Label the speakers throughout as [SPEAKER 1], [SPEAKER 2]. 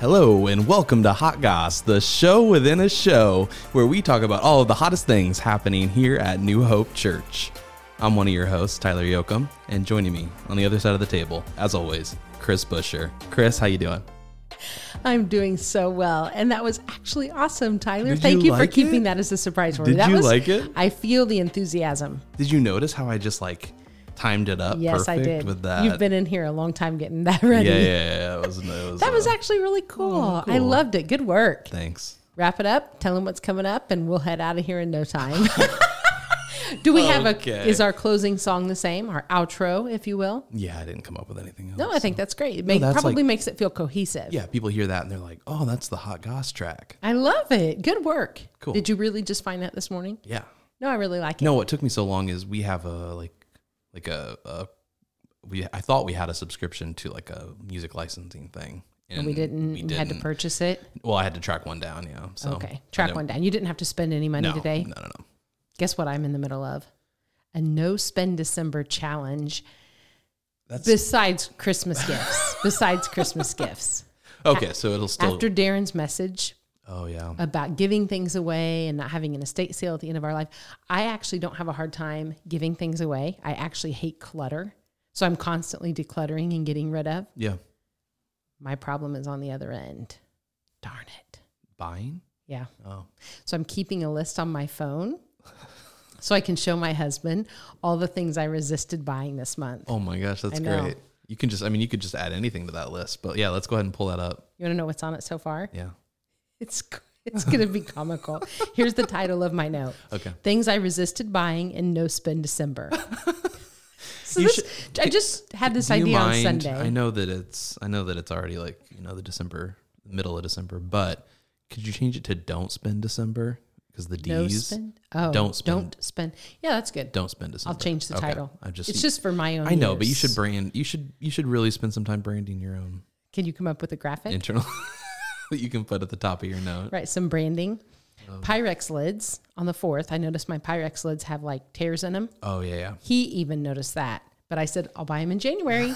[SPEAKER 1] Hello and welcome to Hot Goss, the show within a show where we talk about all of the hottest things happening here at New Hope Church. I'm one of your hosts, Tyler Yoakum, and joining me on the other side of the table, as always, Chris Busher. Chris, how you doing?
[SPEAKER 2] I'm doing so well. And that was actually awesome, Tyler.
[SPEAKER 1] Did
[SPEAKER 2] Thank
[SPEAKER 1] you
[SPEAKER 2] you,
[SPEAKER 1] like
[SPEAKER 2] for keeping
[SPEAKER 1] it?
[SPEAKER 2] that as a surprise for me.
[SPEAKER 1] Did
[SPEAKER 2] That
[SPEAKER 1] you
[SPEAKER 2] was-
[SPEAKER 1] like it?
[SPEAKER 2] I feel the enthusiasm.
[SPEAKER 1] Did you notice how I just like timed it up?
[SPEAKER 2] Yes,
[SPEAKER 1] perfect
[SPEAKER 2] I did.
[SPEAKER 1] With that,
[SPEAKER 2] You've been in here a long time getting that ready.
[SPEAKER 1] yeah, yeah, yeah. It was, it was,
[SPEAKER 2] That was
[SPEAKER 1] uh,
[SPEAKER 2] actually really cool. I
[SPEAKER 1] cool.
[SPEAKER 2] loved it. Good work.
[SPEAKER 1] thanks.
[SPEAKER 2] Wrap it up. Tell them what's coming up, and we'll head out of here in no time. Do we have a?
[SPEAKER 1] Okay.
[SPEAKER 2] Is our closing song the same? Our outro, if you will.
[SPEAKER 1] Yeah, I didn't come up with anything else.
[SPEAKER 2] No, I think that's great. It make,
[SPEAKER 1] that's
[SPEAKER 2] probably
[SPEAKER 1] like-
[SPEAKER 2] makes it feel cohesive.
[SPEAKER 1] yeah, people hear that and they're like, "Oh, that's the Hot Goss track."
[SPEAKER 2] I love it. Good work.
[SPEAKER 1] Cool.
[SPEAKER 2] Did you really just find that this morning?
[SPEAKER 1] Yeah.
[SPEAKER 2] No, I really like it.
[SPEAKER 1] No, what took me so long is we have a like like a, a we I thought we had a subscription to like a music licensing thing. And
[SPEAKER 2] we didn't.
[SPEAKER 1] We
[SPEAKER 2] You had to
[SPEAKER 1] didn't.
[SPEAKER 2] purchase it.
[SPEAKER 1] well, I had to track one down. Yeah. So
[SPEAKER 2] okay,
[SPEAKER 1] I
[SPEAKER 2] track
[SPEAKER 1] don't-
[SPEAKER 2] one down. You didn't have to spend any money
[SPEAKER 1] No,
[SPEAKER 2] today.
[SPEAKER 1] No, no, no.
[SPEAKER 2] Guess what? I'm in the middle of a no spend December challenge.
[SPEAKER 1] That's
[SPEAKER 2] Besides Christmas gifts, besides Christmas gifts,
[SPEAKER 1] okay. So it'll still.
[SPEAKER 2] after Darren's message
[SPEAKER 1] oh yeah.
[SPEAKER 2] about giving things away and not having an estate sale at the end of our life, I actually don't have a hard time giving things away. I actually hate clutter, so I'm constantly decluttering and getting rid of.
[SPEAKER 1] yeah.
[SPEAKER 2] My problem is on the other end. Darn it.
[SPEAKER 1] Buying.
[SPEAKER 2] Yeah.
[SPEAKER 1] Oh.
[SPEAKER 2] So I'm keeping a list on my phone so I can show my husband all the things I resisted buying this month.
[SPEAKER 1] Oh my gosh, that's
[SPEAKER 2] I know.
[SPEAKER 1] great. You can just. I mean, you could just add anything to that list. But yeah, let's go ahead and pull that up.
[SPEAKER 2] You want to know what's on it so far?
[SPEAKER 1] Yeah.
[SPEAKER 2] It's it's going to be comical. Here's the title of my note.
[SPEAKER 1] Okay.
[SPEAKER 2] Things I resisted buying in no spend December. so
[SPEAKER 1] You
[SPEAKER 2] this,
[SPEAKER 1] should-
[SPEAKER 2] I just had this
[SPEAKER 1] Do you
[SPEAKER 2] idea on
[SPEAKER 1] mind-
[SPEAKER 2] Sunday.
[SPEAKER 1] I know that it's I know that it's already like, you know, the December middle of December, but could you change it to don't spend December? Because the D's
[SPEAKER 2] no spend. Oh,
[SPEAKER 1] don't spend.
[SPEAKER 2] Don't spend. Yeah, that's good.
[SPEAKER 1] don't spend December.
[SPEAKER 2] I'll change the
[SPEAKER 1] Okay.
[SPEAKER 2] title.
[SPEAKER 1] I just
[SPEAKER 2] it's just for my own.
[SPEAKER 1] I know, but you
[SPEAKER 2] use.
[SPEAKER 1] should brand you should you should really spend some time branding your own
[SPEAKER 2] Can you come up with a graphic?
[SPEAKER 1] internal that you can put at the top of your note.
[SPEAKER 2] Right, some branding.
[SPEAKER 1] Oh.
[SPEAKER 2] Pyrex lids on the fourth. I noticed my Pyrex lids have like tears in them.
[SPEAKER 1] Oh yeah, yeah.
[SPEAKER 2] He even noticed that, but I said I'll buy them in January.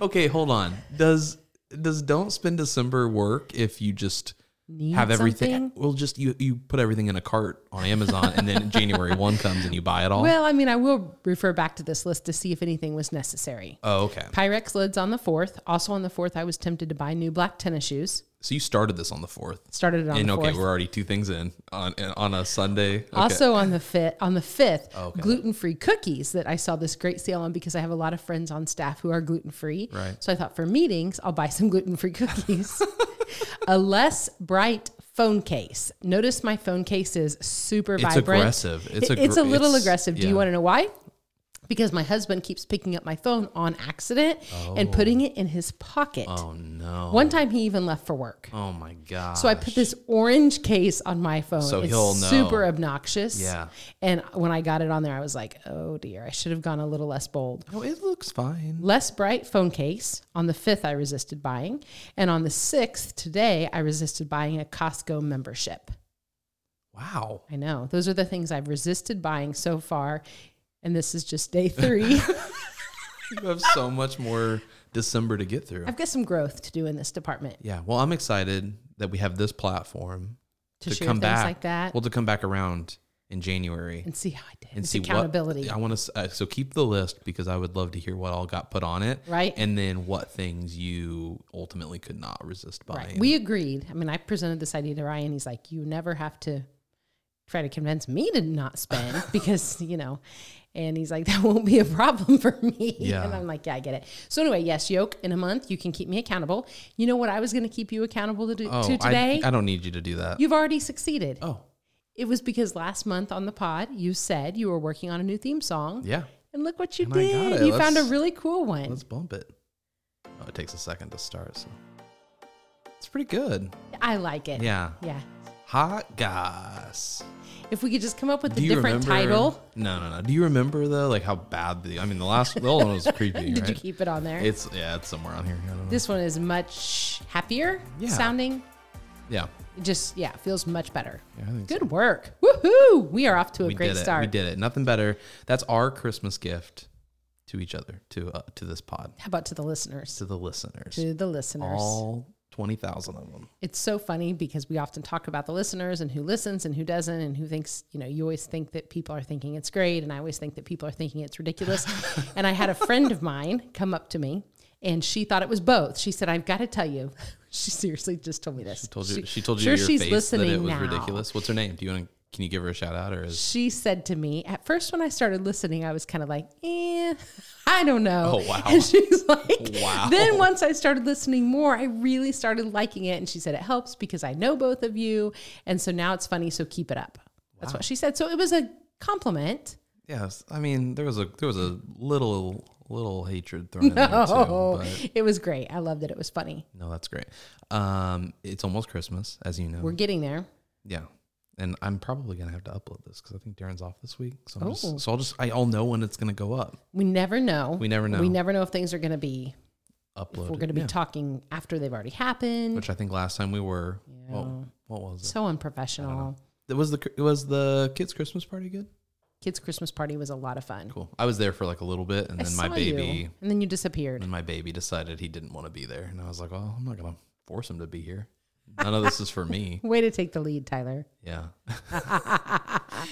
[SPEAKER 1] Okay, hold on. Does does don't spend December work if you just
[SPEAKER 2] Need
[SPEAKER 1] have everything?
[SPEAKER 2] something?
[SPEAKER 1] Well, just you you put everything in a cart on Amazon, and then January one comes and you buy it all.
[SPEAKER 2] Well, I mean, I will refer back to this list to see if anything was necessary.
[SPEAKER 1] oh, okay.
[SPEAKER 2] Pyrex lids on the fourth. Also on the fourth, I was tempted to buy new black tennis shoes.
[SPEAKER 1] So you started this on the fourth,
[SPEAKER 2] Started it on
[SPEAKER 1] and
[SPEAKER 2] the
[SPEAKER 1] okay,
[SPEAKER 2] fourth.
[SPEAKER 1] we're already two things in on on a Sunday. Okay. Oh,
[SPEAKER 2] Also on the fifth, on the fifth,
[SPEAKER 1] Okay.
[SPEAKER 2] gluten-free cookies that I saw this great sale on because I have a lot of friends on staff who are gluten-free.
[SPEAKER 1] Right.
[SPEAKER 2] So I thought for meetings, I'll buy some gluten-free cookies. a less bright phone case. Notice my phone case is super
[SPEAKER 1] It's
[SPEAKER 2] vibrant.
[SPEAKER 1] aggressive. It's
[SPEAKER 2] It-
[SPEAKER 1] aggr-
[SPEAKER 2] it's a little
[SPEAKER 1] it's-
[SPEAKER 2] aggressive. Do
[SPEAKER 1] yeah.
[SPEAKER 2] you want to know why? Because my husband keeps picking up my phone on accident and putting it in his pocket.
[SPEAKER 1] oh no!
[SPEAKER 2] One time he even left for work.
[SPEAKER 1] Oh my god!
[SPEAKER 2] So I put this orange case on my phone.
[SPEAKER 1] So
[SPEAKER 2] it's
[SPEAKER 1] he'll know.
[SPEAKER 2] super obnoxious.
[SPEAKER 1] Yeah.
[SPEAKER 2] And when I got it on there, I was like, oh dear, I should have gone a little less bold.
[SPEAKER 1] No, it looks fine.
[SPEAKER 2] Less bright phone case. On the fifth, I resisted buying. And on the sixth, today, I resisted buying a Costco membership.
[SPEAKER 1] Wow.
[SPEAKER 2] I know. Those are the things I've resisted buying so far. And this is just day three.
[SPEAKER 1] You have so much more December to get through.
[SPEAKER 2] I've got some growth to do in this department
[SPEAKER 1] Yeah. Well, I'm excited that we have this platform
[SPEAKER 2] to,
[SPEAKER 1] to
[SPEAKER 2] share
[SPEAKER 1] come
[SPEAKER 2] things
[SPEAKER 1] back
[SPEAKER 2] like that
[SPEAKER 1] Well, to come back around in January
[SPEAKER 2] and see how I did.
[SPEAKER 1] and
[SPEAKER 2] it's
[SPEAKER 1] see
[SPEAKER 2] accountability.
[SPEAKER 1] What, I want to uh, so keep the list because I would love to hear what all got put on it,
[SPEAKER 2] Right.
[SPEAKER 1] And then what things you ultimately could not resist buying.
[SPEAKER 2] Right. We agreed. I mean, I presented this idea to Ryan. He's like, you never have to try to convince me to not spend because, you know, and he's like, that won't be a problem for me.
[SPEAKER 1] Yeah.
[SPEAKER 2] And I'm like, yeah, I get it. So anyway, yes, yoke in a month, you can keep me accountable. You know what I was going to keep you accountable to, do,
[SPEAKER 1] oh,
[SPEAKER 2] to today?
[SPEAKER 1] I, I don't need you to do that.
[SPEAKER 2] You've already succeeded.
[SPEAKER 1] oh,
[SPEAKER 2] It was because last month on the pod, you said you were working on a new theme song.
[SPEAKER 1] yeah.
[SPEAKER 2] And look what you
[SPEAKER 1] And I got
[SPEAKER 2] did.
[SPEAKER 1] it.
[SPEAKER 2] You found a
[SPEAKER 1] Let's-
[SPEAKER 2] really cool one.
[SPEAKER 1] Let's bump it. Oh, it takes a second to start, so it's pretty good.
[SPEAKER 2] I like it.
[SPEAKER 1] Yeah.
[SPEAKER 2] Yeah.
[SPEAKER 1] Hot goss.
[SPEAKER 2] If we could just come up with
[SPEAKER 1] Do
[SPEAKER 2] a
[SPEAKER 1] you
[SPEAKER 2] different
[SPEAKER 1] remember?
[SPEAKER 2] title.
[SPEAKER 1] No, no, no. Do you remember though, like how bad the? I mean, the last the old one was creepy.
[SPEAKER 2] Did
[SPEAKER 1] right?
[SPEAKER 2] you keep it on there?
[SPEAKER 1] It's yeah, it's somewhere on here. I don't know.
[SPEAKER 2] This one is much happier
[SPEAKER 1] Yeah.
[SPEAKER 2] sounding.
[SPEAKER 1] yeah,
[SPEAKER 2] It just yeah, feels much better.
[SPEAKER 1] yeah. I think so.
[SPEAKER 2] Good work. Woohoo! We are off to a
[SPEAKER 1] we
[SPEAKER 2] great
[SPEAKER 1] did it.
[SPEAKER 2] start.
[SPEAKER 1] We did it. Nothing better. That's our Christmas gift to each other, to uh, to this pod,
[SPEAKER 2] How about to the listeners?
[SPEAKER 1] to the listeners,
[SPEAKER 2] To the listeners.
[SPEAKER 1] all 20,000 of them.
[SPEAKER 2] It's so funny because we often talk about the listeners and who listens and who doesn't and who thinks, you know, you always think that people are thinking it's great. And I always think that people are thinking it's ridiculous. and I had a friend of mine come up to me and she thought it was both. She said, I've got to tell you. She seriously just told me this.
[SPEAKER 1] She told you. She, told you.
[SPEAKER 2] sure
[SPEAKER 1] to your
[SPEAKER 2] she's
[SPEAKER 1] face
[SPEAKER 2] listening
[SPEAKER 1] that it was
[SPEAKER 2] now.
[SPEAKER 1] ridiculous. What's her name? Do you want? to Can you give her a shout out or is?
[SPEAKER 2] She said to me, at first when I started listening, I was kind of like, eh, I don't know.
[SPEAKER 1] Oh, wow.
[SPEAKER 2] And she's like,
[SPEAKER 1] Wow.
[SPEAKER 2] Then once I started listening more, I really started liking it. And she said, it helps because I know both of you. And so now it's funny. So keep it up. That's what she said. So it was a compliment.
[SPEAKER 1] Yes, I mean there was a there was a little little hatred thrown in there too.
[SPEAKER 2] Oh,
[SPEAKER 1] But
[SPEAKER 2] it was great. I loved that it was funny.
[SPEAKER 1] no, that's great. Um, it's almost Christmas, as you know.
[SPEAKER 2] We're getting there.
[SPEAKER 1] yeah, and I'm probably gonna have to upload this because I think Darren's off this week. So I'm
[SPEAKER 2] Oh.
[SPEAKER 1] just, so I'll just I, I'll know when it's gonna go up.
[SPEAKER 2] We never know.
[SPEAKER 1] We never know.
[SPEAKER 2] We never know if things are going to be,
[SPEAKER 1] Upload.
[SPEAKER 2] we're going to be
[SPEAKER 1] yeah.
[SPEAKER 2] talking after they've already happened.
[SPEAKER 1] Which I think last time we were. Well, what was it?
[SPEAKER 2] so unprofessional.
[SPEAKER 1] It was the it was the kids' Christmas party good?
[SPEAKER 2] Kids' Christmas party was a lot of fun.
[SPEAKER 1] Cool. I was there for like a little bit, and
[SPEAKER 2] I
[SPEAKER 1] then my
[SPEAKER 2] saw you,
[SPEAKER 1] baby.
[SPEAKER 2] and then you disappeared.
[SPEAKER 1] And my baby decided he didn't want to be there. And I was like, well, I'm not going to force him to be here. None of this is for me.
[SPEAKER 2] Way to take the lead, Tyler.
[SPEAKER 1] Yeah.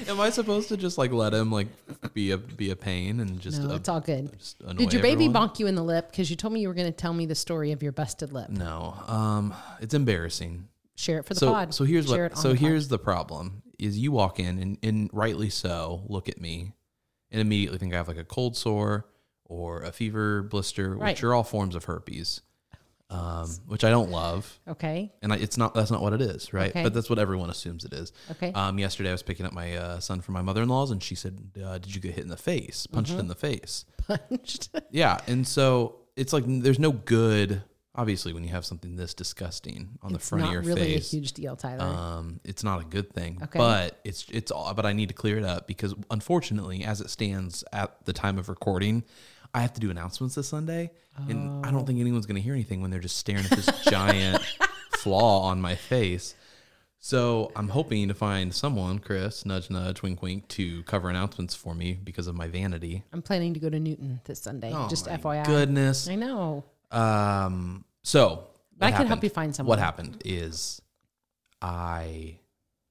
[SPEAKER 1] Am I supposed to just like let him like be a be a pain and just,
[SPEAKER 2] No,
[SPEAKER 1] uh,
[SPEAKER 2] it's all good.
[SPEAKER 1] just annoy
[SPEAKER 2] Did your baby
[SPEAKER 1] everyone?
[SPEAKER 2] bonk you in the lip? Because you told me you were going to tell me the story of your busted lip.
[SPEAKER 1] No. Um it's embarrassing.
[SPEAKER 2] Share it for the
[SPEAKER 1] so
[SPEAKER 2] pod.
[SPEAKER 1] so here's
[SPEAKER 2] Share
[SPEAKER 1] what
[SPEAKER 2] it on
[SPEAKER 1] so
[SPEAKER 2] the pod.
[SPEAKER 1] here's the problem is you walk in and, and rightly so look at me and immediately think I have like a cold sore or a fever blister,
[SPEAKER 2] Right.
[SPEAKER 1] which are all forms of herpes. Um, which I don't love.
[SPEAKER 2] Okay.
[SPEAKER 1] and I, it's not that's not what it is right
[SPEAKER 2] Okay.
[SPEAKER 1] but that's what everyone assumes it is
[SPEAKER 2] Okay.
[SPEAKER 1] um, yesterday i was picking up my uh, son from my mother-in-law's and she said uh, did you get hit in the face punched
[SPEAKER 2] Mm-hmm.
[SPEAKER 1] in the face
[SPEAKER 2] Punched.
[SPEAKER 1] yeah and so it's like n- there's no good obviously when you have something this disgusting on the
[SPEAKER 2] it's
[SPEAKER 1] front of
[SPEAKER 2] not
[SPEAKER 1] your
[SPEAKER 2] really
[SPEAKER 1] face
[SPEAKER 2] a huge deal, Tyler.
[SPEAKER 1] um, it's not a good thing
[SPEAKER 2] Okay.
[SPEAKER 1] but it's it's all but i need to clear it up because unfortunately as it stands at the time of recording i have to do announcements this sunday and i don't
[SPEAKER 2] Oh.
[SPEAKER 1] think anyone's going to hear anything when they're just staring at this giant flaw on my face so i'm hoping to find someone chris nudge nudge wink wink to cover announcements for me because of my vanity
[SPEAKER 2] I'm planning to go to Newton this Sunday.
[SPEAKER 1] Oh
[SPEAKER 2] just
[SPEAKER 1] my
[SPEAKER 2] FYI.
[SPEAKER 1] goodness
[SPEAKER 2] I know.
[SPEAKER 1] um, so
[SPEAKER 2] But I
[SPEAKER 1] what
[SPEAKER 2] can help
[SPEAKER 1] happened-
[SPEAKER 2] you find someone.
[SPEAKER 1] What happened is, I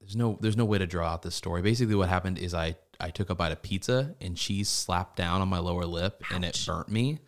[SPEAKER 1] there's no there's no way to draw out this story. Basically, what happened is I I took a bite of pizza and cheese slapped down on my lower lip and it burnt me.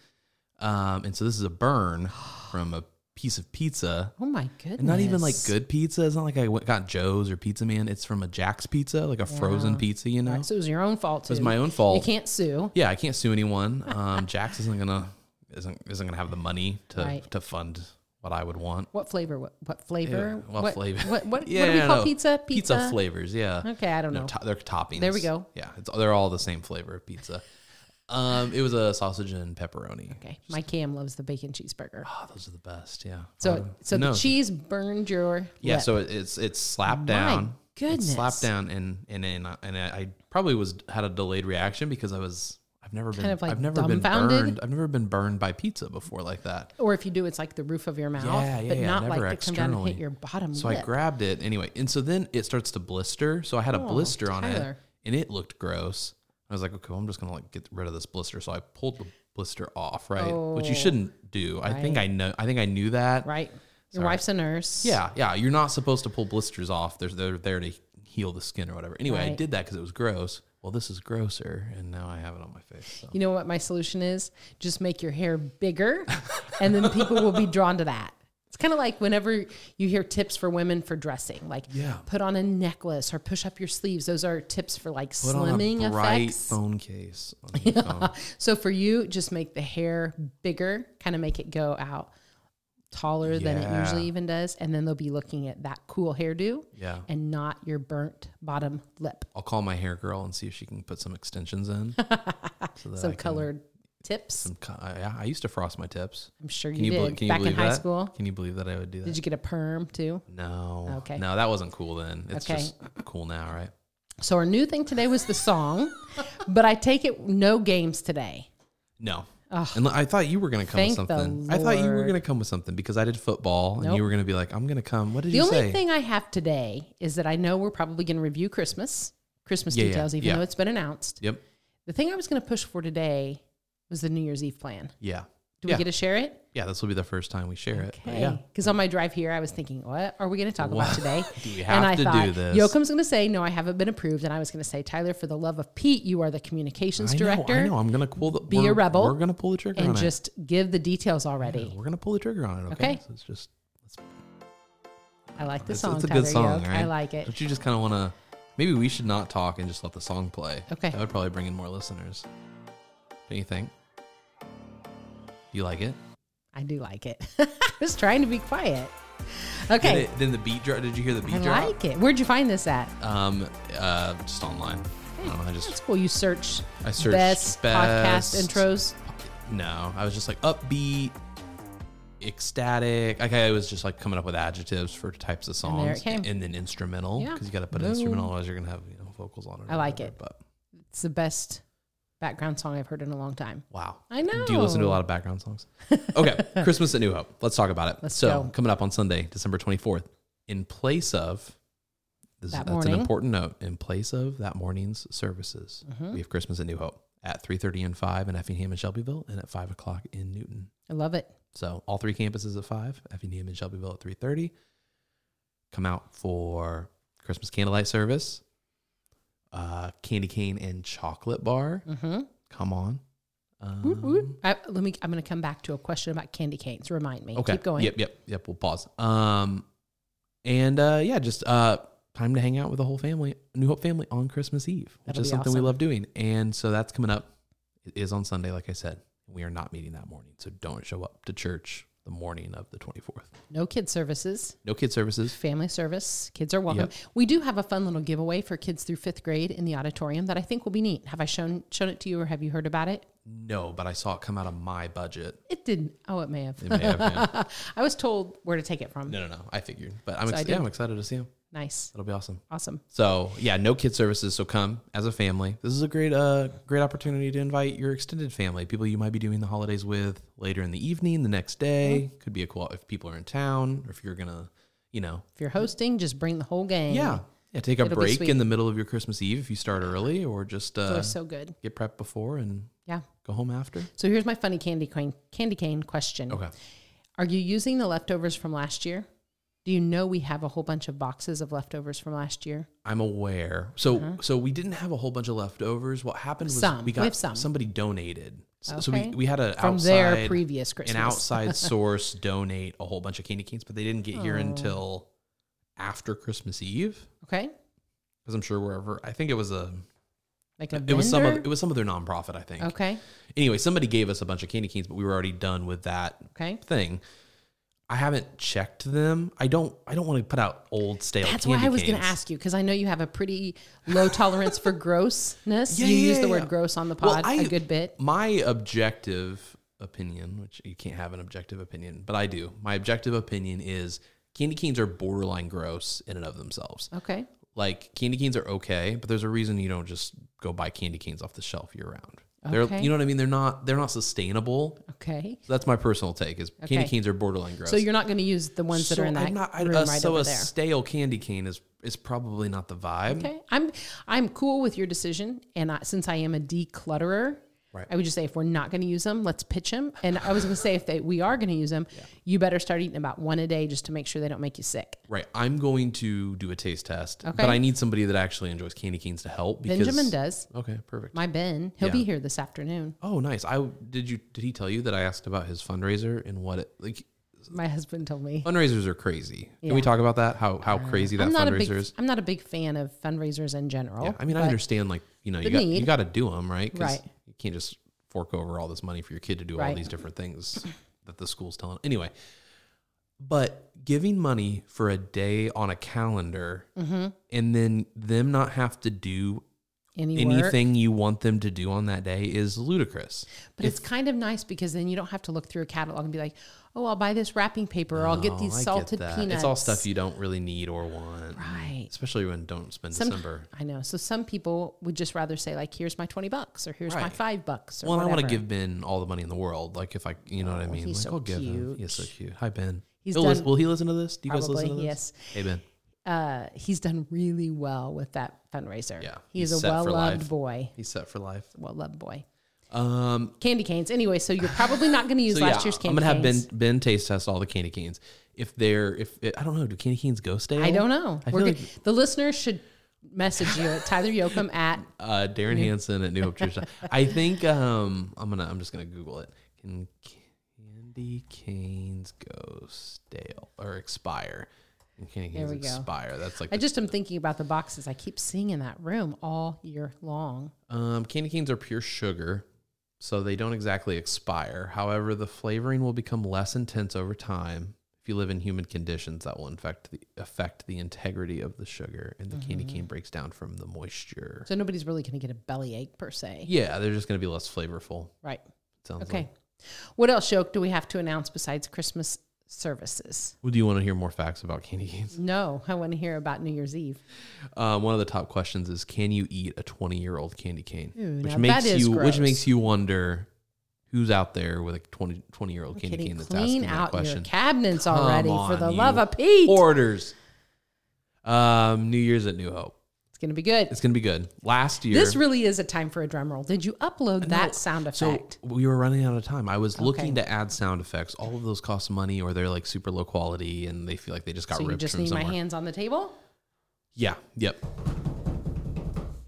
[SPEAKER 1] Um, and so this is a burn from a piece of pizza.
[SPEAKER 2] Oh my goodness.
[SPEAKER 1] And not even like good pizza. It's not like I went, got Joe's or Pizza Man. It's from a Jack's Pizza, like a frozen pizza. You know,
[SPEAKER 2] So it was your own fault. Too.
[SPEAKER 1] it's my own
[SPEAKER 2] You
[SPEAKER 1] fault.
[SPEAKER 2] can't sue.
[SPEAKER 1] Yeah, I can't sue anyone. Um, Jax isn't gonna isn't isn't gonna have the money to
[SPEAKER 2] Right.
[SPEAKER 1] to fund what I would want.
[SPEAKER 2] What flavor? What, what flavor?
[SPEAKER 1] what flavor?
[SPEAKER 2] What, what, what do we
[SPEAKER 1] yeah,
[SPEAKER 2] call
[SPEAKER 1] no.
[SPEAKER 2] pizza?
[SPEAKER 1] Pizza flavors. Yeah.
[SPEAKER 2] Okay, I don't
[SPEAKER 1] No,
[SPEAKER 2] know.
[SPEAKER 1] to- they're toppings.
[SPEAKER 2] There we go.
[SPEAKER 1] Yeah, it's, they're all the same flavor of pizza. Um, it was a sausage and pepperoni.
[SPEAKER 2] okay. My Cam loves the bacon cheeseburger.
[SPEAKER 1] Oh, those are the best. Yeah.
[SPEAKER 2] So, so
[SPEAKER 1] no,
[SPEAKER 2] the cheese burned your
[SPEAKER 1] Yeah.
[SPEAKER 2] lip.
[SPEAKER 1] So it, it's it's slapped down.
[SPEAKER 2] goodness.
[SPEAKER 1] It's slapped down, and and and I, and uh, I probably was had a delayed reaction because I was. I've never been.
[SPEAKER 2] Kind of, like,
[SPEAKER 1] I've never been
[SPEAKER 2] dumbfounded?
[SPEAKER 1] burned. I've never been burned by pizza before like that.
[SPEAKER 2] Or if you do, it's like the roof of your mouth,
[SPEAKER 1] Yeah, yeah,
[SPEAKER 2] but
[SPEAKER 1] yeah,
[SPEAKER 2] not like
[SPEAKER 1] never
[SPEAKER 2] to come down and
[SPEAKER 1] externally.
[SPEAKER 2] hit your bottom
[SPEAKER 1] So
[SPEAKER 2] lip.
[SPEAKER 1] I grabbed it anyway, and so then it starts to blister. So I had a blister on it,
[SPEAKER 2] Oh, Tyler.
[SPEAKER 1] and it looked gross. I was like, okay, well, I'm just gonna like get rid of this blister. So I pulled the blister off, right? Which you shouldn't do. I think I know. I think I knew that.
[SPEAKER 2] Oh, right. Your wife's a nurse.
[SPEAKER 1] Yeah, yeah. You're not supposed to pull blisters off. They're they're there to heal the skin or whatever. Anyway, I
[SPEAKER 2] Right.
[SPEAKER 1] did that because it was gross. Well, this is grosser, and now I have it on my face. So.
[SPEAKER 2] You know what my solution is? Just make your hair bigger, and then people will be drawn to that. It's kind of like whenever you hear tips for women for dressing, like
[SPEAKER 1] Yeah.
[SPEAKER 2] put on a necklace or push up your sleeves. Those are tips for like
[SPEAKER 1] Put on
[SPEAKER 2] slimming
[SPEAKER 1] a bright
[SPEAKER 2] effects.
[SPEAKER 1] phone case. On your phone.
[SPEAKER 2] So for you, just make the hair bigger, kind of make it go out taller than it
[SPEAKER 1] Yeah.
[SPEAKER 2] usually even does, and then they'll be looking at that cool hairdo.
[SPEAKER 1] Yeah.
[SPEAKER 2] and not your burnt bottom lip.
[SPEAKER 1] I'll call my hair girl and see if she can put some extensions in. So that I
[SPEAKER 2] Some
[SPEAKER 1] can-
[SPEAKER 2] colored tips.
[SPEAKER 1] Some, co- I, yeah, I used to frost my tips.
[SPEAKER 2] I'm sure
[SPEAKER 1] Can
[SPEAKER 2] you,
[SPEAKER 1] you, bel-
[SPEAKER 2] did
[SPEAKER 1] can you
[SPEAKER 2] back in
[SPEAKER 1] believe
[SPEAKER 2] high
[SPEAKER 1] that?
[SPEAKER 2] school.
[SPEAKER 1] Can you believe that I would do that?
[SPEAKER 2] Did you get a perm too?
[SPEAKER 1] no.
[SPEAKER 2] Okay.
[SPEAKER 1] No, that wasn't cool then. It's
[SPEAKER 2] Okay.
[SPEAKER 1] just cool now, right?
[SPEAKER 2] So our new thing today was the song, but I take it no games today.
[SPEAKER 1] No. And I thought you were going to come
[SPEAKER 2] Thank
[SPEAKER 1] with
[SPEAKER 2] the
[SPEAKER 1] something. I thought you were
[SPEAKER 2] Lord.
[SPEAKER 1] going to come with something because I did football and
[SPEAKER 2] Nope.
[SPEAKER 1] you were going to be like, I'm going to come. What did
[SPEAKER 2] The
[SPEAKER 1] you
[SPEAKER 2] only
[SPEAKER 1] say?
[SPEAKER 2] thing I have today is that I know we're probably going to review Christmas, Christmas
[SPEAKER 1] Yeah, yeah,
[SPEAKER 2] details, even
[SPEAKER 1] yeah.
[SPEAKER 2] though it's been announced.
[SPEAKER 1] yep.
[SPEAKER 2] The thing I was going to push for today was the New Year's Eve plan.
[SPEAKER 1] Yeah.
[SPEAKER 2] Do
[SPEAKER 1] Yeah.
[SPEAKER 2] we get to share it?
[SPEAKER 1] Yeah, this will be the first time we share it. but
[SPEAKER 2] Okay.
[SPEAKER 1] Yeah.
[SPEAKER 2] Because on my drive here, I was thinking, what are we going to talk about today?
[SPEAKER 1] Do we have
[SPEAKER 2] and I
[SPEAKER 1] to do
[SPEAKER 2] thought,
[SPEAKER 1] this?
[SPEAKER 2] Yoakum's going to say, no, I haven't been approved. And I was going to say, Tyler, for the love of Pete, you are the communications
[SPEAKER 1] I know,
[SPEAKER 2] director.
[SPEAKER 1] I know. I'm gonna pull the.
[SPEAKER 2] Be a
[SPEAKER 1] we're-
[SPEAKER 2] rebel
[SPEAKER 1] We're gonna pull the trigger
[SPEAKER 2] And
[SPEAKER 1] on
[SPEAKER 2] just give the details already.
[SPEAKER 1] it. We're gonna pull the trigger on it. Okay.
[SPEAKER 2] Okay.
[SPEAKER 1] So it's just. It's,
[SPEAKER 2] I like the
[SPEAKER 1] it's,
[SPEAKER 2] song.
[SPEAKER 1] it's a
[SPEAKER 2] Tyler
[SPEAKER 1] good song,
[SPEAKER 2] Yoak.
[SPEAKER 1] right?
[SPEAKER 2] I like it.
[SPEAKER 1] Don't you just kind of want to? Maybe we should not talk and just let the song play.
[SPEAKER 2] Okay.
[SPEAKER 1] That would probably bring in more listeners. Don't you think? You like it?
[SPEAKER 2] I do like it. I was trying to be quiet.
[SPEAKER 1] Did
[SPEAKER 2] Okay.
[SPEAKER 1] it- Then the beat drop. Did you hear the beat
[SPEAKER 2] I
[SPEAKER 1] drop?
[SPEAKER 2] like it. Where'd you find this at?
[SPEAKER 1] Um, uh, just online. I don't know. I
[SPEAKER 2] That's
[SPEAKER 1] just
[SPEAKER 2] cool. You search
[SPEAKER 1] I searched
[SPEAKER 2] best, podcast
[SPEAKER 1] best-
[SPEAKER 2] intros.
[SPEAKER 1] no. I was just like upbeat, ecstatic. Like I was just like coming up with adjectives for types of songs,
[SPEAKER 2] And there it came.
[SPEAKER 1] and then instrumental
[SPEAKER 2] Yeah.
[SPEAKER 1] because you got to put an
[SPEAKER 2] Boom.
[SPEAKER 1] instrumental, otherwise you're gonna have you know vocals on it. or
[SPEAKER 2] I like
[SPEAKER 1] whatever,
[SPEAKER 2] it.
[SPEAKER 1] But
[SPEAKER 2] It's the best background song I've heard in a long time.
[SPEAKER 1] wow,
[SPEAKER 2] I
[SPEAKER 1] Do you listen to a
[SPEAKER 2] know.
[SPEAKER 1] lot of background songs? Okay, Christmas at New Hope. Let's talk about it.
[SPEAKER 2] Let's
[SPEAKER 1] so
[SPEAKER 2] go.
[SPEAKER 1] coming up on Sunday, December twenty fourth, in place of. This,
[SPEAKER 2] That
[SPEAKER 1] that's an
[SPEAKER 2] morning.
[SPEAKER 1] important note. In place of that morning's services,
[SPEAKER 2] Mm-hmm.
[SPEAKER 1] we have Christmas at New Hope at three thirty and five in Effingham and Shelbyville, and at five o'clock in Newton.
[SPEAKER 2] I love it.
[SPEAKER 1] So all three campuses at five, FNDM and Shelbyville at three thirty. Come out for Christmas candlelight service, uh, candy cane and chocolate bar.
[SPEAKER 2] Mm-hmm.
[SPEAKER 1] Come on. Um,
[SPEAKER 2] Whoop, whoop. I, let me. I'm going to come back to a question about candy canes. Remind me.
[SPEAKER 1] Okay.
[SPEAKER 2] Keep going.
[SPEAKER 1] Yep, yep, yep. We'll pause. Um, and uh, yeah, just uh, time to hang out with the whole family, New Hope family, on Christmas Eve, which
[SPEAKER 2] That'll
[SPEAKER 1] is
[SPEAKER 2] be
[SPEAKER 1] something we
[SPEAKER 2] awesome.
[SPEAKER 1] love doing. And so that's coming up. It is on Sunday, like I said. We are not meeting that morning, so don't show up to church the morning of the twenty fourth.
[SPEAKER 2] No kid services.
[SPEAKER 1] No kid services.
[SPEAKER 2] Family service. Kids are welcome.
[SPEAKER 1] Yep.
[SPEAKER 2] We do have a fun little giveaway for kids through fifth grade in the auditorium that I think will be neat. Have I shown shown it to you or have you heard about it?
[SPEAKER 1] No, but I saw it come out of my budget.
[SPEAKER 2] It didn't. Oh, it may have.
[SPEAKER 1] It may have been.
[SPEAKER 2] I was told where to take it from.
[SPEAKER 1] no, no, no. I figured, but I'm,
[SPEAKER 2] So I
[SPEAKER 1] ex-
[SPEAKER 2] did.
[SPEAKER 1] yeah, I'm excited to see him.
[SPEAKER 2] Nice.
[SPEAKER 1] That'll be awesome.
[SPEAKER 2] Awesome.
[SPEAKER 1] So yeah, no kid services. So come as a family. This is a great, uh, great opportunity to invite your extended family, people you might be doing the holidays with later in the evening, the next day.
[SPEAKER 2] Mm-hmm.
[SPEAKER 1] Could be a cool if people are in town or if you're gonna, you know,
[SPEAKER 2] If you're hosting, just bring the whole gang.
[SPEAKER 1] yeah, yeah. Take a
[SPEAKER 2] It'll be
[SPEAKER 1] break
[SPEAKER 2] sweet.
[SPEAKER 1] in the middle of your Christmas Eve if you start early, or just
[SPEAKER 2] It
[SPEAKER 1] uh,
[SPEAKER 2] was so Mm-hmm. good.
[SPEAKER 1] get prepped before and
[SPEAKER 2] Yeah.
[SPEAKER 1] go home after.
[SPEAKER 2] So here's my funny candy cane candy cane question.
[SPEAKER 1] Okay.
[SPEAKER 2] Are you using the leftovers from last year? Do you know we have a whole bunch of boxes of leftovers from last year?
[SPEAKER 1] I'm aware. So so we didn't have a whole bunch of leftovers. What happened was
[SPEAKER 2] Uh-huh. Some.
[SPEAKER 1] we
[SPEAKER 2] We
[SPEAKER 1] got
[SPEAKER 2] have some.
[SPEAKER 1] somebody donated. So, so we,
[SPEAKER 2] Okay.
[SPEAKER 1] we had a
[SPEAKER 2] From
[SPEAKER 1] outside
[SPEAKER 2] their previous
[SPEAKER 1] an
[SPEAKER 2] Christmas.
[SPEAKER 1] outside source donate a whole bunch of candy canes, but they didn't get here
[SPEAKER 2] Oh.
[SPEAKER 1] until after Christmas Eve.
[SPEAKER 2] Okay.
[SPEAKER 1] Because I'm sure wherever I think it was a
[SPEAKER 2] Like a
[SPEAKER 1] it was some of
[SPEAKER 2] vendor?
[SPEAKER 1] it was some other nonprofit, I think.
[SPEAKER 2] Okay.
[SPEAKER 1] Anyway, somebody gave us a bunch of candy canes, but we were already done with that
[SPEAKER 2] Okay.
[SPEAKER 1] thing. I haven't checked them. I don't I don't want to put out old stale
[SPEAKER 2] That's
[SPEAKER 1] candy
[SPEAKER 2] why I was going
[SPEAKER 1] canes.
[SPEAKER 2] to ask you because I know you have a pretty low tolerance for grossness.
[SPEAKER 1] Yeah,
[SPEAKER 2] you
[SPEAKER 1] yeah,
[SPEAKER 2] use the
[SPEAKER 1] yeah,
[SPEAKER 2] word
[SPEAKER 1] yeah.
[SPEAKER 2] gross on the
[SPEAKER 1] Well,
[SPEAKER 2] pod
[SPEAKER 1] I-
[SPEAKER 2] a good bit.
[SPEAKER 1] my objective opinion, which you can't have an objective opinion, but I do. My objective opinion is candy canes are borderline gross in and of themselves.
[SPEAKER 2] Okay.
[SPEAKER 1] Like candy canes are okay, but there's a reason you don't just go buy candy canes off the shelf year round. They're
[SPEAKER 2] Okay.
[SPEAKER 1] you know what I mean? They're not they're not sustainable.
[SPEAKER 2] Okay.
[SPEAKER 1] So that's my personal take is
[SPEAKER 2] Okay.
[SPEAKER 1] candy canes are borderline gross.
[SPEAKER 2] So you're not going to use the ones that are in
[SPEAKER 1] So
[SPEAKER 2] that
[SPEAKER 1] I'm not- I-
[SPEAKER 2] room
[SPEAKER 1] uh,
[SPEAKER 2] right
[SPEAKER 1] so
[SPEAKER 2] over
[SPEAKER 1] a
[SPEAKER 2] there.
[SPEAKER 1] stale candy cane is is probably not the vibe.
[SPEAKER 2] Okay, I'm I'm cool with your decision, and I, since I am a declutterer,
[SPEAKER 1] Right.
[SPEAKER 2] I would just say if we're not going to use them, let's pitch them. And I was going to say if they, we are going to use them, you better start eating about one a day just to make sure they don't make you sick.
[SPEAKER 1] Right. I'm going to do a taste test,
[SPEAKER 2] Okay.
[SPEAKER 1] but I need somebody that actually enjoys candy canes to help. Because,
[SPEAKER 2] Benjamin does.
[SPEAKER 1] Okay, perfect.
[SPEAKER 2] My Ben, he'll
[SPEAKER 1] Yeah.
[SPEAKER 2] be here this afternoon.
[SPEAKER 1] Oh, nice. I did you did he tell you that I asked about his fundraiser and what it like
[SPEAKER 2] My husband told me.
[SPEAKER 1] fundraisers are crazy. Can we talk about that? How how crazy that
[SPEAKER 2] Uh, I'm not a
[SPEAKER 1] fundraiser
[SPEAKER 2] big
[SPEAKER 1] is?
[SPEAKER 2] I'm not a big fan of fundraisers in general.
[SPEAKER 1] Yeah. I mean, I
[SPEAKER 2] but
[SPEAKER 1] understand like, you know, you
[SPEAKER 2] the
[SPEAKER 1] got you
[SPEAKER 2] need.
[SPEAKER 1] got to do them, right? 'Cause
[SPEAKER 2] Right.
[SPEAKER 1] You can't just fork over all this money for your kid to do all
[SPEAKER 2] Right.
[SPEAKER 1] these different things that the school's telling. Anyway, but giving money for a day on a calendar
[SPEAKER 2] Mm-hmm.
[SPEAKER 1] and then them not have to do
[SPEAKER 2] any work.
[SPEAKER 1] anything you want them to do on that day is ludicrous.
[SPEAKER 2] But it's kind of nice because then you don't have to look through a catalog and be like, oh, I'll buy this wrapping paper or I'll get these
[SPEAKER 1] Oh, I get
[SPEAKER 2] salted
[SPEAKER 1] that.
[SPEAKER 2] peanuts.
[SPEAKER 1] It's all stuff you don't really need or want.
[SPEAKER 2] Right.
[SPEAKER 1] Especially when don't spend
[SPEAKER 2] Some-
[SPEAKER 1] December.
[SPEAKER 2] I know. So some people would just rather say like, "Here's my twenty bucks," or "Here's my
[SPEAKER 1] Right.
[SPEAKER 2] five bucks." Or
[SPEAKER 1] Well, and I want to
[SPEAKER 2] whatever. Oh,
[SPEAKER 1] give Ben all the money in the world. Like if I, you know what I mean.
[SPEAKER 2] he's
[SPEAKER 1] like
[SPEAKER 2] so
[SPEAKER 1] I'll give him.
[SPEAKER 2] cute.
[SPEAKER 1] He's so cute. Hi Ben.
[SPEAKER 2] He's
[SPEAKER 1] He'll lis-
[SPEAKER 2] done-
[SPEAKER 1] will he listen to this? Do you guys listen to
[SPEAKER 2] Probably,
[SPEAKER 1] this?
[SPEAKER 2] yes.
[SPEAKER 1] Hey Ben.
[SPEAKER 2] Uh, he's done really well with that fundraiser.
[SPEAKER 1] Yeah,
[SPEAKER 2] he is
[SPEAKER 1] he's
[SPEAKER 2] a
[SPEAKER 1] set for
[SPEAKER 2] well
[SPEAKER 1] life.
[SPEAKER 2] loved boy.
[SPEAKER 1] He's set for life.
[SPEAKER 2] Well loved boy.
[SPEAKER 1] Um,
[SPEAKER 2] Candy canes. Anyway, so you're probably not going to use
[SPEAKER 1] so
[SPEAKER 2] last
[SPEAKER 1] yeah,
[SPEAKER 2] year's candy
[SPEAKER 1] I'm gonna have
[SPEAKER 2] canes.
[SPEAKER 1] Ben Ben taste test all the candy canes. If they're if I don't know, do candy canes go stale?
[SPEAKER 2] I don't know.
[SPEAKER 1] I
[SPEAKER 2] We're
[SPEAKER 1] feel
[SPEAKER 2] good. the listeners should message you at Tyler Yoakum at
[SPEAKER 1] uh, Darren Hansen at New Hope Church. I think um, I'm gonna I'm just gonna Google it. Can candy canes go stale or expire? Can candy
[SPEAKER 2] There
[SPEAKER 1] canes
[SPEAKER 2] we go.
[SPEAKER 1] expire? That's like
[SPEAKER 2] I
[SPEAKER 1] the-
[SPEAKER 2] just am thinking about the boxes I keep seeing in that room all year long.
[SPEAKER 1] um, candy canes are pure sugar, so they don't exactly expire. However, the flavoring will become less intense over time. If you live in humid conditions, that will affect the affect the integrity of the sugar, and the candy
[SPEAKER 2] Mm-hmm.
[SPEAKER 1] cane breaks down from the moisture.
[SPEAKER 2] So nobody's really going to get a bellyache per se.
[SPEAKER 1] Yeah, they're just gonna be less flavorful.
[SPEAKER 2] Right.
[SPEAKER 1] Sounds
[SPEAKER 2] Okay.
[SPEAKER 1] Like.
[SPEAKER 2] What else, Yoke, do we have to announce besides Christmas services?
[SPEAKER 1] Well, do you want to hear more facts about candy canes?
[SPEAKER 2] No, I want to hear about New Year's Eve.
[SPEAKER 1] Um, one of the top questions is, can you eat a 20 year old candy cane?
[SPEAKER 2] Ooh,
[SPEAKER 1] which
[SPEAKER 2] now
[SPEAKER 1] makes
[SPEAKER 2] that is
[SPEAKER 1] you,
[SPEAKER 2] gross.
[SPEAKER 1] which makes you wonder who's out there with a 20, 20 year old candy
[SPEAKER 2] Kitty,
[SPEAKER 1] cane that's
[SPEAKER 2] clean
[SPEAKER 1] asking
[SPEAKER 2] out
[SPEAKER 1] that question.
[SPEAKER 2] your cabinets
[SPEAKER 1] Come
[SPEAKER 2] already for
[SPEAKER 1] on,
[SPEAKER 2] the
[SPEAKER 1] you
[SPEAKER 2] love of Pete.
[SPEAKER 1] Orders. Um, New Year's at New Hope.
[SPEAKER 2] it's going to be good.
[SPEAKER 1] It's gonna be good. Last year,
[SPEAKER 2] This really is a time for a drum roll. Did you upload that sound
[SPEAKER 1] so
[SPEAKER 2] effect?
[SPEAKER 1] we were running out of time. I was
[SPEAKER 2] Okay.
[SPEAKER 1] looking to add sound effects. All of those cost money, or they're like super low quality, and they feel like they just got
[SPEAKER 2] So, you
[SPEAKER 1] ripped
[SPEAKER 2] just
[SPEAKER 1] from
[SPEAKER 2] need my
[SPEAKER 1] somewhere.
[SPEAKER 2] hands on the table?
[SPEAKER 1] Yeah. Yep.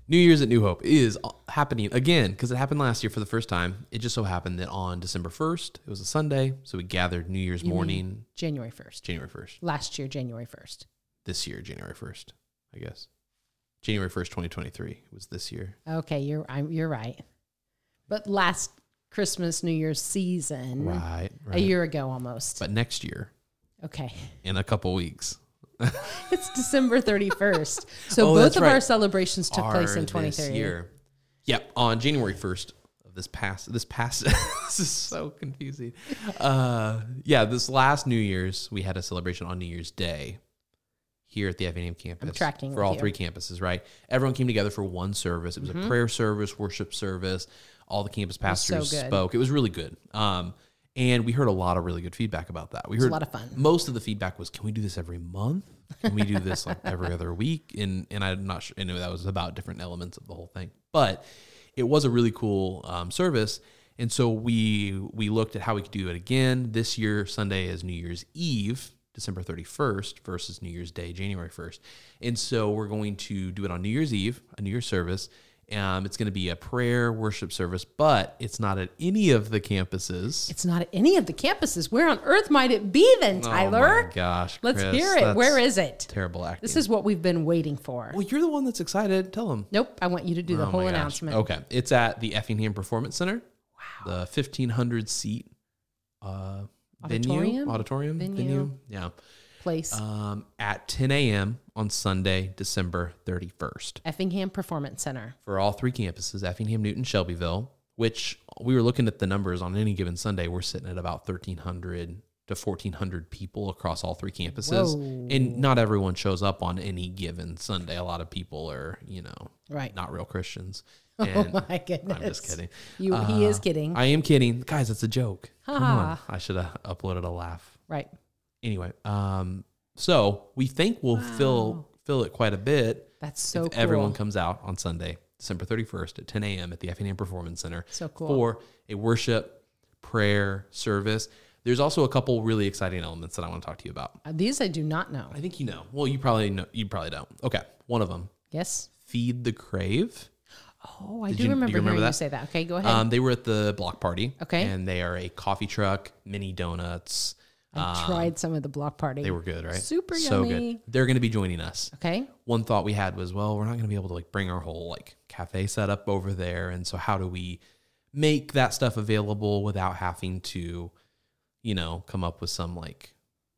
[SPEAKER 1] New Year's at New Hope is happening again because it happened last year for the first time. It just so happened that on December 1st, it was a Sunday. So we gathered New Year's morning,
[SPEAKER 2] January 1st.
[SPEAKER 1] January 1st.
[SPEAKER 2] Last year, January 1st.
[SPEAKER 1] This year, January 1st, I guess. January 1st, 2023 was this year.
[SPEAKER 2] Okay, you're I'm, you're right. But last Christmas, New Year's season,
[SPEAKER 1] Right.
[SPEAKER 2] a
[SPEAKER 1] Right.
[SPEAKER 2] year ago almost.
[SPEAKER 1] But next year,
[SPEAKER 2] okay,
[SPEAKER 1] in a couple weeks,
[SPEAKER 2] it's December thirty first. So
[SPEAKER 1] Oh,
[SPEAKER 2] both
[SPEAKER 1] that's
[SPEAKER 2] of our
[SPEAKER 1] right.
[SPEAKER 2] celebrations took place
[SPEAKER 1] are
[SPEAKER 2] in
[SPEAKER 1] this
[SPEAKER 2] twenty three.
[SPEAKER 1] year. Yep, on January first of this past this past this is so confusing. Uh, yeah, this last New Year's we had a celebration on New Year's Day here at the FNM campus.
[SPEAKER 2] tracking
[SPEAKER 1] for
[SPEAKER 2] with
[SPEAKER 1] all
[SPEAKER 2] you. Mm-hmm.
[SPEAKER 1] three campuses, right? Everyone came together for one service. It was a prayer service, worship service. All the campus
[SPEAKER 2] so
[SPEAKER 1] pastors
[SPEAKER 2] good.
[SPEAKER 1] spoke. It was really good. Um, and we heard a lot of really good feedback about that. We
[SPEAKER 2] a
[SPEAKER 1] heard
[SPEAKER 2] lot of fun.
[SPEAKER 1] most of the feedback was, "Can we do this every month? Can we do this like every other week?" And and I'm not sure. And that was about different elements of the whole thing, but it was a really cool um, service. And so we we looked at how we could do it again this year. Sunday is New Year's Eve, December 31st versus New Year's Day, January 1st. And so we're going to do it on New Year's Eve, a New Year's service. Um, it's going to be a prayer worship service, but it's not at any of the campuses.
[SPEAKER 2] It's not at any of the campuses. Where on earth might it be then,
[SPEAKER 1] Oh my
[SPEAKER 2] Tyler?
[SPEAKER 1] gosh,
[SPEAKER 2] Let's
[SPEAKER 1] Chris,
[SPEAKER 2] hear it.
[SPEAKER 1] that's
[SPEAKER 2] Where is it?
[SPEAKER 1] terrible acting?
[SPEAKER 2] This is what we've been waiting for.
[SPEAKER 1] well, you're the one that's excited. Tell them
[SPEAKER 2] Nope, I want you to do
[SPEAKER 1] Oh,
[SPEAKER 2] the whole announcement.
[SPEAKER 1] Okay, it's at the Effingham Performance Center. Wow, the 1500 seat uh,
[SPEAKER 2] Auditorium?
[SPEAKER 1] venue, auditorium,
[SPEAKER 2] Venue.
[SPEAKER 1] Yeah,
[SPEAKER 2] Place
[SPEAKER 1] um, at 10 a.m. on Sunday, December 31st.
[SPEAKER 2] Effingham Performance Center.
[SPEAKER 1] for all three campuses Effingham, Newton, Shelbyville, which we were looking at the numbers on any given Sunday. We're sitting at about 1,300 to 1,400 people across all three campuses. And not everyone shows up on any given Sunday. A lot of people are, you know,
[SPEAKER 2] Right.
[SPEAKER 1] not real Christians.
[SPEAKER 2] Oh
[SPEAKER 1] And
[SPEAKER 2] my goodness.
[SPEAKER 1] I'm just kidding. Uh,
[SPEAKER 2] You, he is kidding.
[SPEAKER 1] I am kidding. Guys, it's a joke. Come on.
[SPEAKER 2] Ha.
[SPEAKER 1] I should have uploaded a laugh
[SPEAKER 2] right.
[SPEAKER 1] anyway, um, so we think we'll fill fill it quite a bit.
[SPEAKER 2] That's so
[SPEAKER 1] if everyone
[SPEAKER 2] Oh, cool.
[SPEAKER 1] comes out on Sunday, December thirty first at ten a.m. at the Effingham Performance Center
[SPEAKER 2] So cool.
[SPEAKER 1] for a worship prayer service. There's also a couple really exciting elements that I want to talk to you about.
[SPEAKER 2] Uh, These I do not know.
[SPEAKER 1] I think you know. Well, you probably know. You probably don't. Okay, one of them,
[SPEAKER 2] Yes.
[SPEAKER 1] feed the crave.
[SPEAKER 2] Oh, I
[SPEAKER 1] Did you- do
[SPEAKER 2] do
[SPEAKER 1] you
[SPEAKER 2] remember,
[SPEAKER 1] remember
[SPEAKER 2] hearing you
[SPEAKER 1] that?
[SPEAKER 2] say that. Okay, go ahead.
[SPEAKER 1] Um, they were at the block party.
[SPEAKER 2] Okay.
[SPEAKER 1] and they are a coffee truck, mini donuts.
[SPEAKER 2] I tried some of the block party.
[SPEAKER 1] Um, They were good, right?
[SPEAKER 2] Super
[SPEAKER 1] so
[SPEAKER 2] yummy.
[SPEAKER 1] good. They're going to be joining us.
[SPEAKER 2] okay.
[SPEAKER 1] one thought we had was, well, we're not going to be able to like bring our whole like cafe setup over there, and so how do we make that stuff available without having to, you know, come up with some like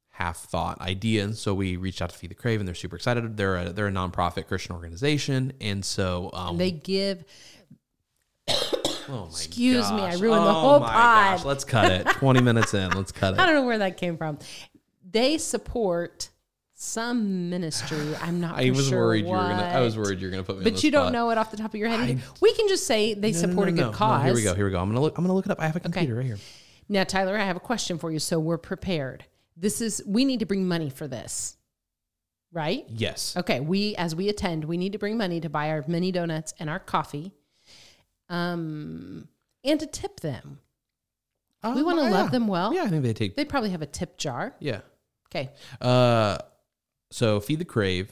[SPEAKER 1] half thought idea? And so we reached out to Feed the Crave, and they're super excited. They're a they're a nonprofit Christian organization, and so um,
[SPEAKER 2] They give
[SPEAKER 1] oh my
[SPEAKER 2] excuse me, I
[SPEAKER 1] gosh.
[SPEAKER 2] ruined the
[SPEAKER 1] Oh
[SPEAKER 2] whole
[SPEAKER 1] my
[SPEAKER 2] pod.
[SPEAKER 1] Gosh, let's cut it. Twenty minutes in, let's cut
[SPEAKER 2] I
[SPEAKER 1] it.
[SPEAKER 2] don't know where that came from. They support some ministry. I'm not
[SPEAKER 1] I
[SPEAKER 2] for
[SPEAKER 1] was
[SPEAKER 2] sure
[SPEAKER 1] worried you were gonna. I was
[SPEAKER 2] what,
[SPEAKER 1] worried you were gonna put me. on
[SPEAKER 2] But
[SPEAKER 1] the
[SPEAKER 2] you don't
[SPEAKER 1] spot.
[SPEAKER 2] know it off the top of your head. either. we can just say they
[SPEAKER 1] No, no,
[SPEAKER 2] support
[SPEAKER 1] no,
[SPEAKER 2] a
[SPEAKER 1] no,
[SPEAKER 2] good cause.
[SPEAKER 1] No, here we go. Here we go. I'm gonna look. I'm gonna look it up. I have a computer right here.
[SPEAKER 2] Now, Tyler, I have a question for you. So we're prepared. This is we need to bring money for this. Right?
[SPEAKER 1] Yes.
[SPEAKER 2] Okay, we as we attend, we need to bring money to buy our mini donuts and our coffee. Um, and to tip them.
[SPEAKER 1] Oh,
[SPEAKER 2] we want to
[SPEAKER 1] yeah.
[SPEAKER 2] love them well.
[SPEAKER 1] Yeah, I think they take.
[SPEAKER 2] They probably have a tip jar.
[SPEAKER 1] yeah.
[SPEAKER 2] Okay.
[SPEAKER 1] Uh, so feed the crave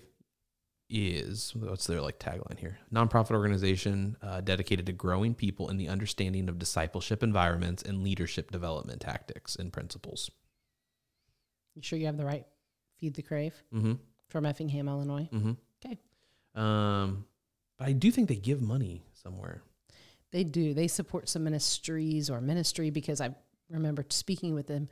[SPEAKER 1] is what's their like tagline here? Nonprofit organization uh, dedicated to growing people in the understanding of discipleship environments and leadership development tactics and principles.
[SPEAKER 2] You sure you have the right feed the crave
[SPEAKER 1] Mm-hmm.
[SPEAKER 2] from Effingham, Illinois?
[SPEAKER 1] Mm-hmm.
[SPEAKER 2] Okay.
[SPEAKER 1] Um, but I do think they give money somewhere.
[SPEAKER 2] They do. They support some ministries or ministry because I remember speaking with them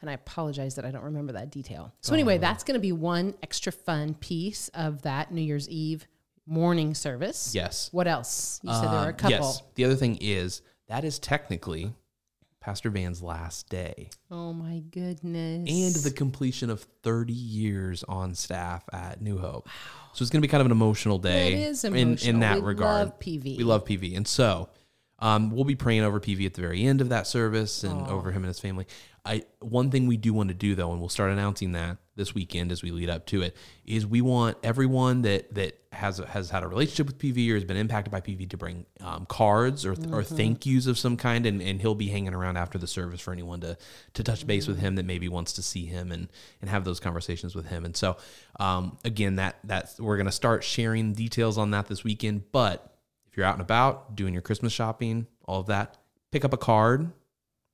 [SPEAKER 2] and I apologize that I don't remember that detail. So, anyway, that's going to be one extra fun piece of that New Year's Eve morning service.
[SPEAKER 1] Yes.
[SPEAKER 2] What else? You said there were a
[SPEAKER 1] Um,
[SPEAKER 2] couple.
[SPEAKER 1] The other thing is that is technically Pastor Van's last day
[SPEAKER 2] Oh my goodness.
[SPEAKER 1] and the completion of 30 years on staff at New Hope. So it's going to be kind of an emotional day
[SPEAKER 2] It is
[SPEAKER 1] In, in
[SPEAKER 2] emotional.
[SPEAKER 1] that
[SPEAKER 2] We
[SPEAKER 1] regard.
[SPEAKER 2] love PV.
[SPEAKER 1] We love PV. And so um, we'll be praying over PV at the very end of that service and over him and his family. I One thing we do want to do, though, and we'll start announcing that this weekend as we lead up to it, is we want everyone that, that has has had a relationship with PV or has been impacted by PV to bring um, cards or, or thank yous of some kind. And, and he'll be hanging around after the service for anyone to, to touch base with him that maybe wants to see him and, and have those conversations with him. And so, um, again, that that's, we're going to start sharing details on that this weekend. But if you're out and about doing your Christmas shopping, all of that, pick up a card,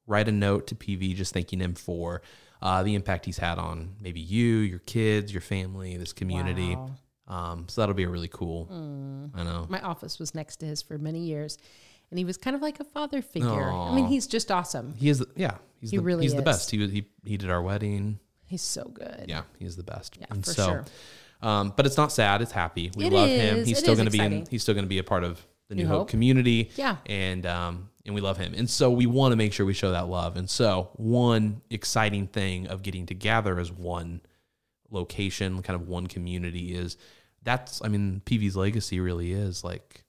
[SPEAKER 1] write a note to PV just thanking him for uh, the impact he's had on maybe you, your kids, your family, this community.
[SPEAKER 2] Wow. Mm.
[SPEAKER 1] Um, so that'll be really cool. I know.
[SPEAKER 2] My office was next to his for many years and he was kind of like a father figure. I
[SPEAKER 1] Aw.
[SPEAKER 2] mean, he's just awesome.
[SPEAKER 1] He is, the, yeah, he's
[SPEAKER 2] He
[SPEAKER 1] the,
[SPEAKER 2] really
[SPEAKER 1] he's the
[SPEAKER 2] is.
[SPEAKER 1] best. He, was- he he did our wedding.
[SPEAKER 2] He's so good.
[SPEAKER 1] Yeah, he is the best. Yeah,
[SPEAKER 2] for sure.
[SPEAKER 1] Um, but it's not sad. It's happy. We
[SPEAKER 2] It
[SPEAKER 1] love him.
[SPEAKER 2] is.
[SPEAKER 1] He's
[SPEAKER 2] It
[SPEAKER 1] still
[SPEAKER 2] is
[SPEAKER 1] going to be in,
[SPEAKER 2] exciting.
[SPEAKER 1] he's still going to be a part of the New,
[SPEAKER 2] New
[SPEAKER 1] Hope,
[SPEAKER 2] Hope.
[SPEAKER 1] community.
[SPEAKER 2] Yeah.
[SPEAKER 1] and um, and we love him. And so we want to make sure we show that love. And so one exciting thing of getting together as one location, kind of one community, is that's I mean PV's legacy really is like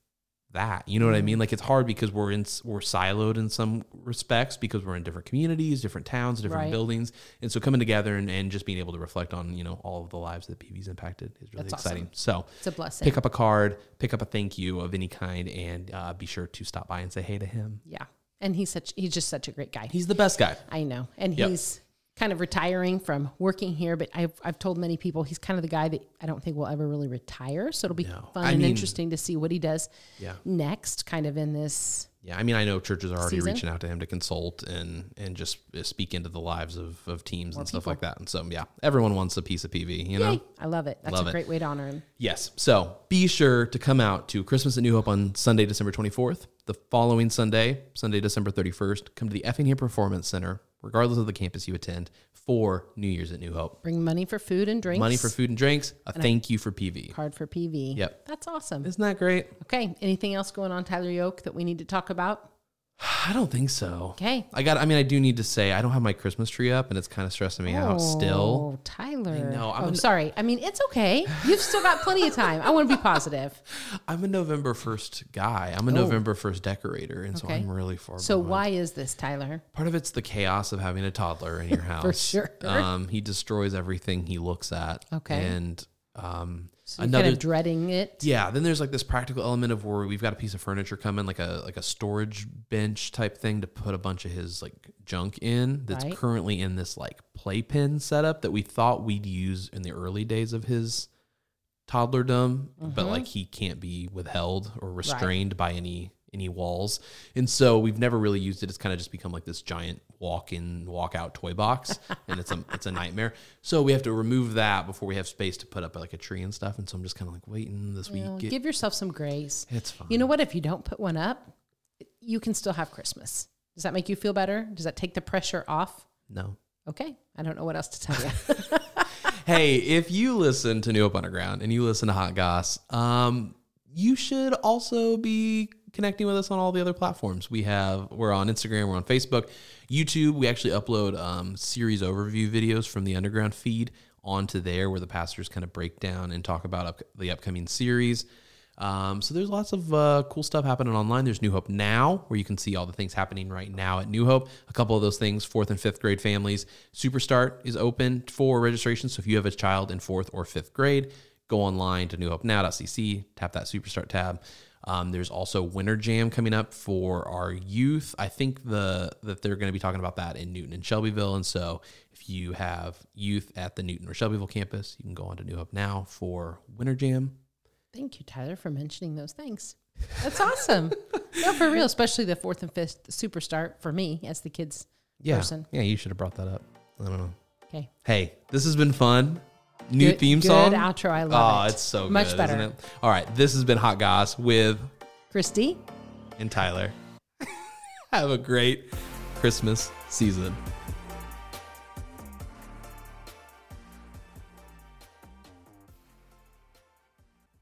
[SPEAKER 1] that. You know what I
[SPEAKER 2] Mm-hmm.
[SPEAKER 1] mean? Like it's hard because we're in we're siloed in some respects because we're in different communities, different towns, different
[SPEAKER 2] Right.
[SPEAKER 1] buildings, and so coming together and, and just being able to reflect on you know all of the lives that PV's impacted is really
[SPEAKER 2] That's
[SPEAKER 1] exciting.
[SPEAKER 2] awesome.
[SPEAKER 1] So
[SPEAKER 2] It's a blessing.
[SPEAKER 1] pick up a card, pick up a thank you of any kind, and uh, be sure to stop by and say hey to him.
[SPEAKER 2] Yeah. And he's such he's just such a great guy.
[SPEAKER 1] He's the best guy.
[SPEAKER 2] I know. And
[SPEAKER 1] Yep.
[SPEAKER 2] he's kind of retiring from working here, but I've I've told many people he's kind of the guy that I don't think will ever really retire. So it'll be
[SPEAKER 1] No.
[SPEAKER 2] fun
[SPEAKER 1] I
[SPEAKER 2] and
[SPEAKER 1] mean-
[SPEAKER 2] interesting to see what he does
[SPEAKER 1] Yeah,
[SPEAKER 2] next, kind of in this
[SPEAKER 1] yeah. I mean, I know churches are already
[SPEAKER 2] Season.
[SPEAKER 1] reaching out to him to consult and and just uh, speak into the lives of, of teams and stuff like that. And so, yeah, everyone wants a piece of PV, you know.
[SPEAKER 2] Yay. I love it. That's
[SPEAKER 1] Love it.
[SPEAKER 2] a great way to honor him.
[SPEAKER 1] Yes. So be sure to come out to Christmas at New Hope on Sunday, December 24th. The following Sunday, Sunday, December 31st, come to the Effingham Performance Center, regardless of the campus you attend, for New Year's at New Hope.
[SPEAKER 2] Bring money for food and drinks.
[SPEAKER 1] Money for food and drinks, a thank you for PV.
[SPEAKER 2] card for PV.
[SPEAKER 1] Yep.
[SPEAKER 2] That's awesome.
[SPEAKER 1] Isn't that great?
[SPEAKER 2] Okay. Anything else going on, Tyler Yoke, that we need to talk about?
[SPEAKER 1] I don't think so.
[SPEAKER 2] Okay.
[SPEAKER 1] I got I mean I do need to say I don't have my Christmas tree up and it's kind of stressing me out still.
[SPEAKER 2] Oh, Tyler.
[SPEAKER 1] know. I'm
[SPEAKER 2] oh,
[SPEAKER 1] an-
[SPEAKER 2] sorry. I mean, it's okay. You've still got plenty of time. I want to be positive.
[SPEAKER 1] I'm a November 1st guy. I'm a November 1st decorator and so
[SPEAKER 2] Oh. Okay.
[SPEAKER 1] I'm really far
[SPEAKER 2] So why is this, Tyler?
[SPEAKER 1] part of it's the chaos of having a toddler in your house.
[SPEAKER 2] sure.
[SPEAKER 1] Um, he destroys everything he looks at.
[SPEAKER 2] Okay.
[SPEAKER 1] And um,
[SPEAKER 2] So you're
[SPEAKER 1] another.
[SPEAKER 2] kind of dreading it.
[SPEAKER 1] yeah, then there's like this practical element of where we've got a piece of furniture coming, like a like a storage bench type thing to put a bunch of his like junk in that's
[SPEAKER 2] Right.
[SPEAKER 1] currently in this like playpen setup that we thought we'd use in the early days of his toddlerdom, but like he can't be withheld or restrained by any any walls. And so we've never really used it. It's kind of just become like this giant walk-in, walk-out toy box, and it's a it's a nightmare. So we have to remove that before we have space to put up like a tree and stuff. And so I'm just kind of like waiting this week.
[SPEAKER 2] Well,
[SPEAKER 1] It-
[SPEAKER 2] give yourself some grace.
[SPEAKER 1] it's fine.
[SPEAKER 2] You know what? If you don't put one up, you can still have Christmas. Does that make you feel better? Does that take the pressure off?
[SPEAKER 1] no.
[SPEAKER 2] Okay. I don't know what else to tell you.
[SPEAKER 1] hey, if you listen to New Hope Underground and you listen to Hot Goss, um, you should also be connecting with us on all the other platforms. We have we're on Instagram, we're on Facebook, YouTube. We actually upload um, series overview videos from the Underground feed onto there, where the pastors kind of break down and talk about up, the upcoming series. Um, so there's lots of uh, cool stuff happening online. There's New Hope Now, where you can see all the things happening right now at New Hope. A couple of those things, fourth and fifth grade families. Superstart is open for registration. So if you have a child in fourth or fifth grade, go online to newhope newhopennow.cc, tap that Superstart tab. Um, there's also Winter Jam coming up for our youth. I think the that they're going to be talking about that in Newton and Shelbyville. And so if you have youth at the Newton or Shelbyville campus, you can go on to New Hope now for Winter Jam.
[SPEAKER 2] Thank you, Tyler, for mentioning those things. That's awesome. no, for real, especially the fourth and fifth super start for me as the kids
[SPEAKER 1] Yeah,
[SPEAKER 2] person.
[SPEAKER 1] yeah, you should have brought that up. I don't know.
[SPEAKER 2] Okay.
[SPEAKER 1] Hey, this has been fun. New
[SPEAKER 2] Good-
[SPEAKER 1] theme
[SPEAKER 2] good
[SPEAKER 1] song.
[SPEAKER 2] outro. I love
[SPEAKER 1] oh,
[SPEAKER 2] it.
[SPEAKER 1] it's so
[SPEAKER 2] Much
[SPEAKER 1] good,
[SPEAKER 2] better.
[SPEAKER 1] Isn't it? All right, this has been Hot Goss with
[SPEAKER 2] Christy?
[SPEAKER 1] and Tyler. Have a great Christmas season.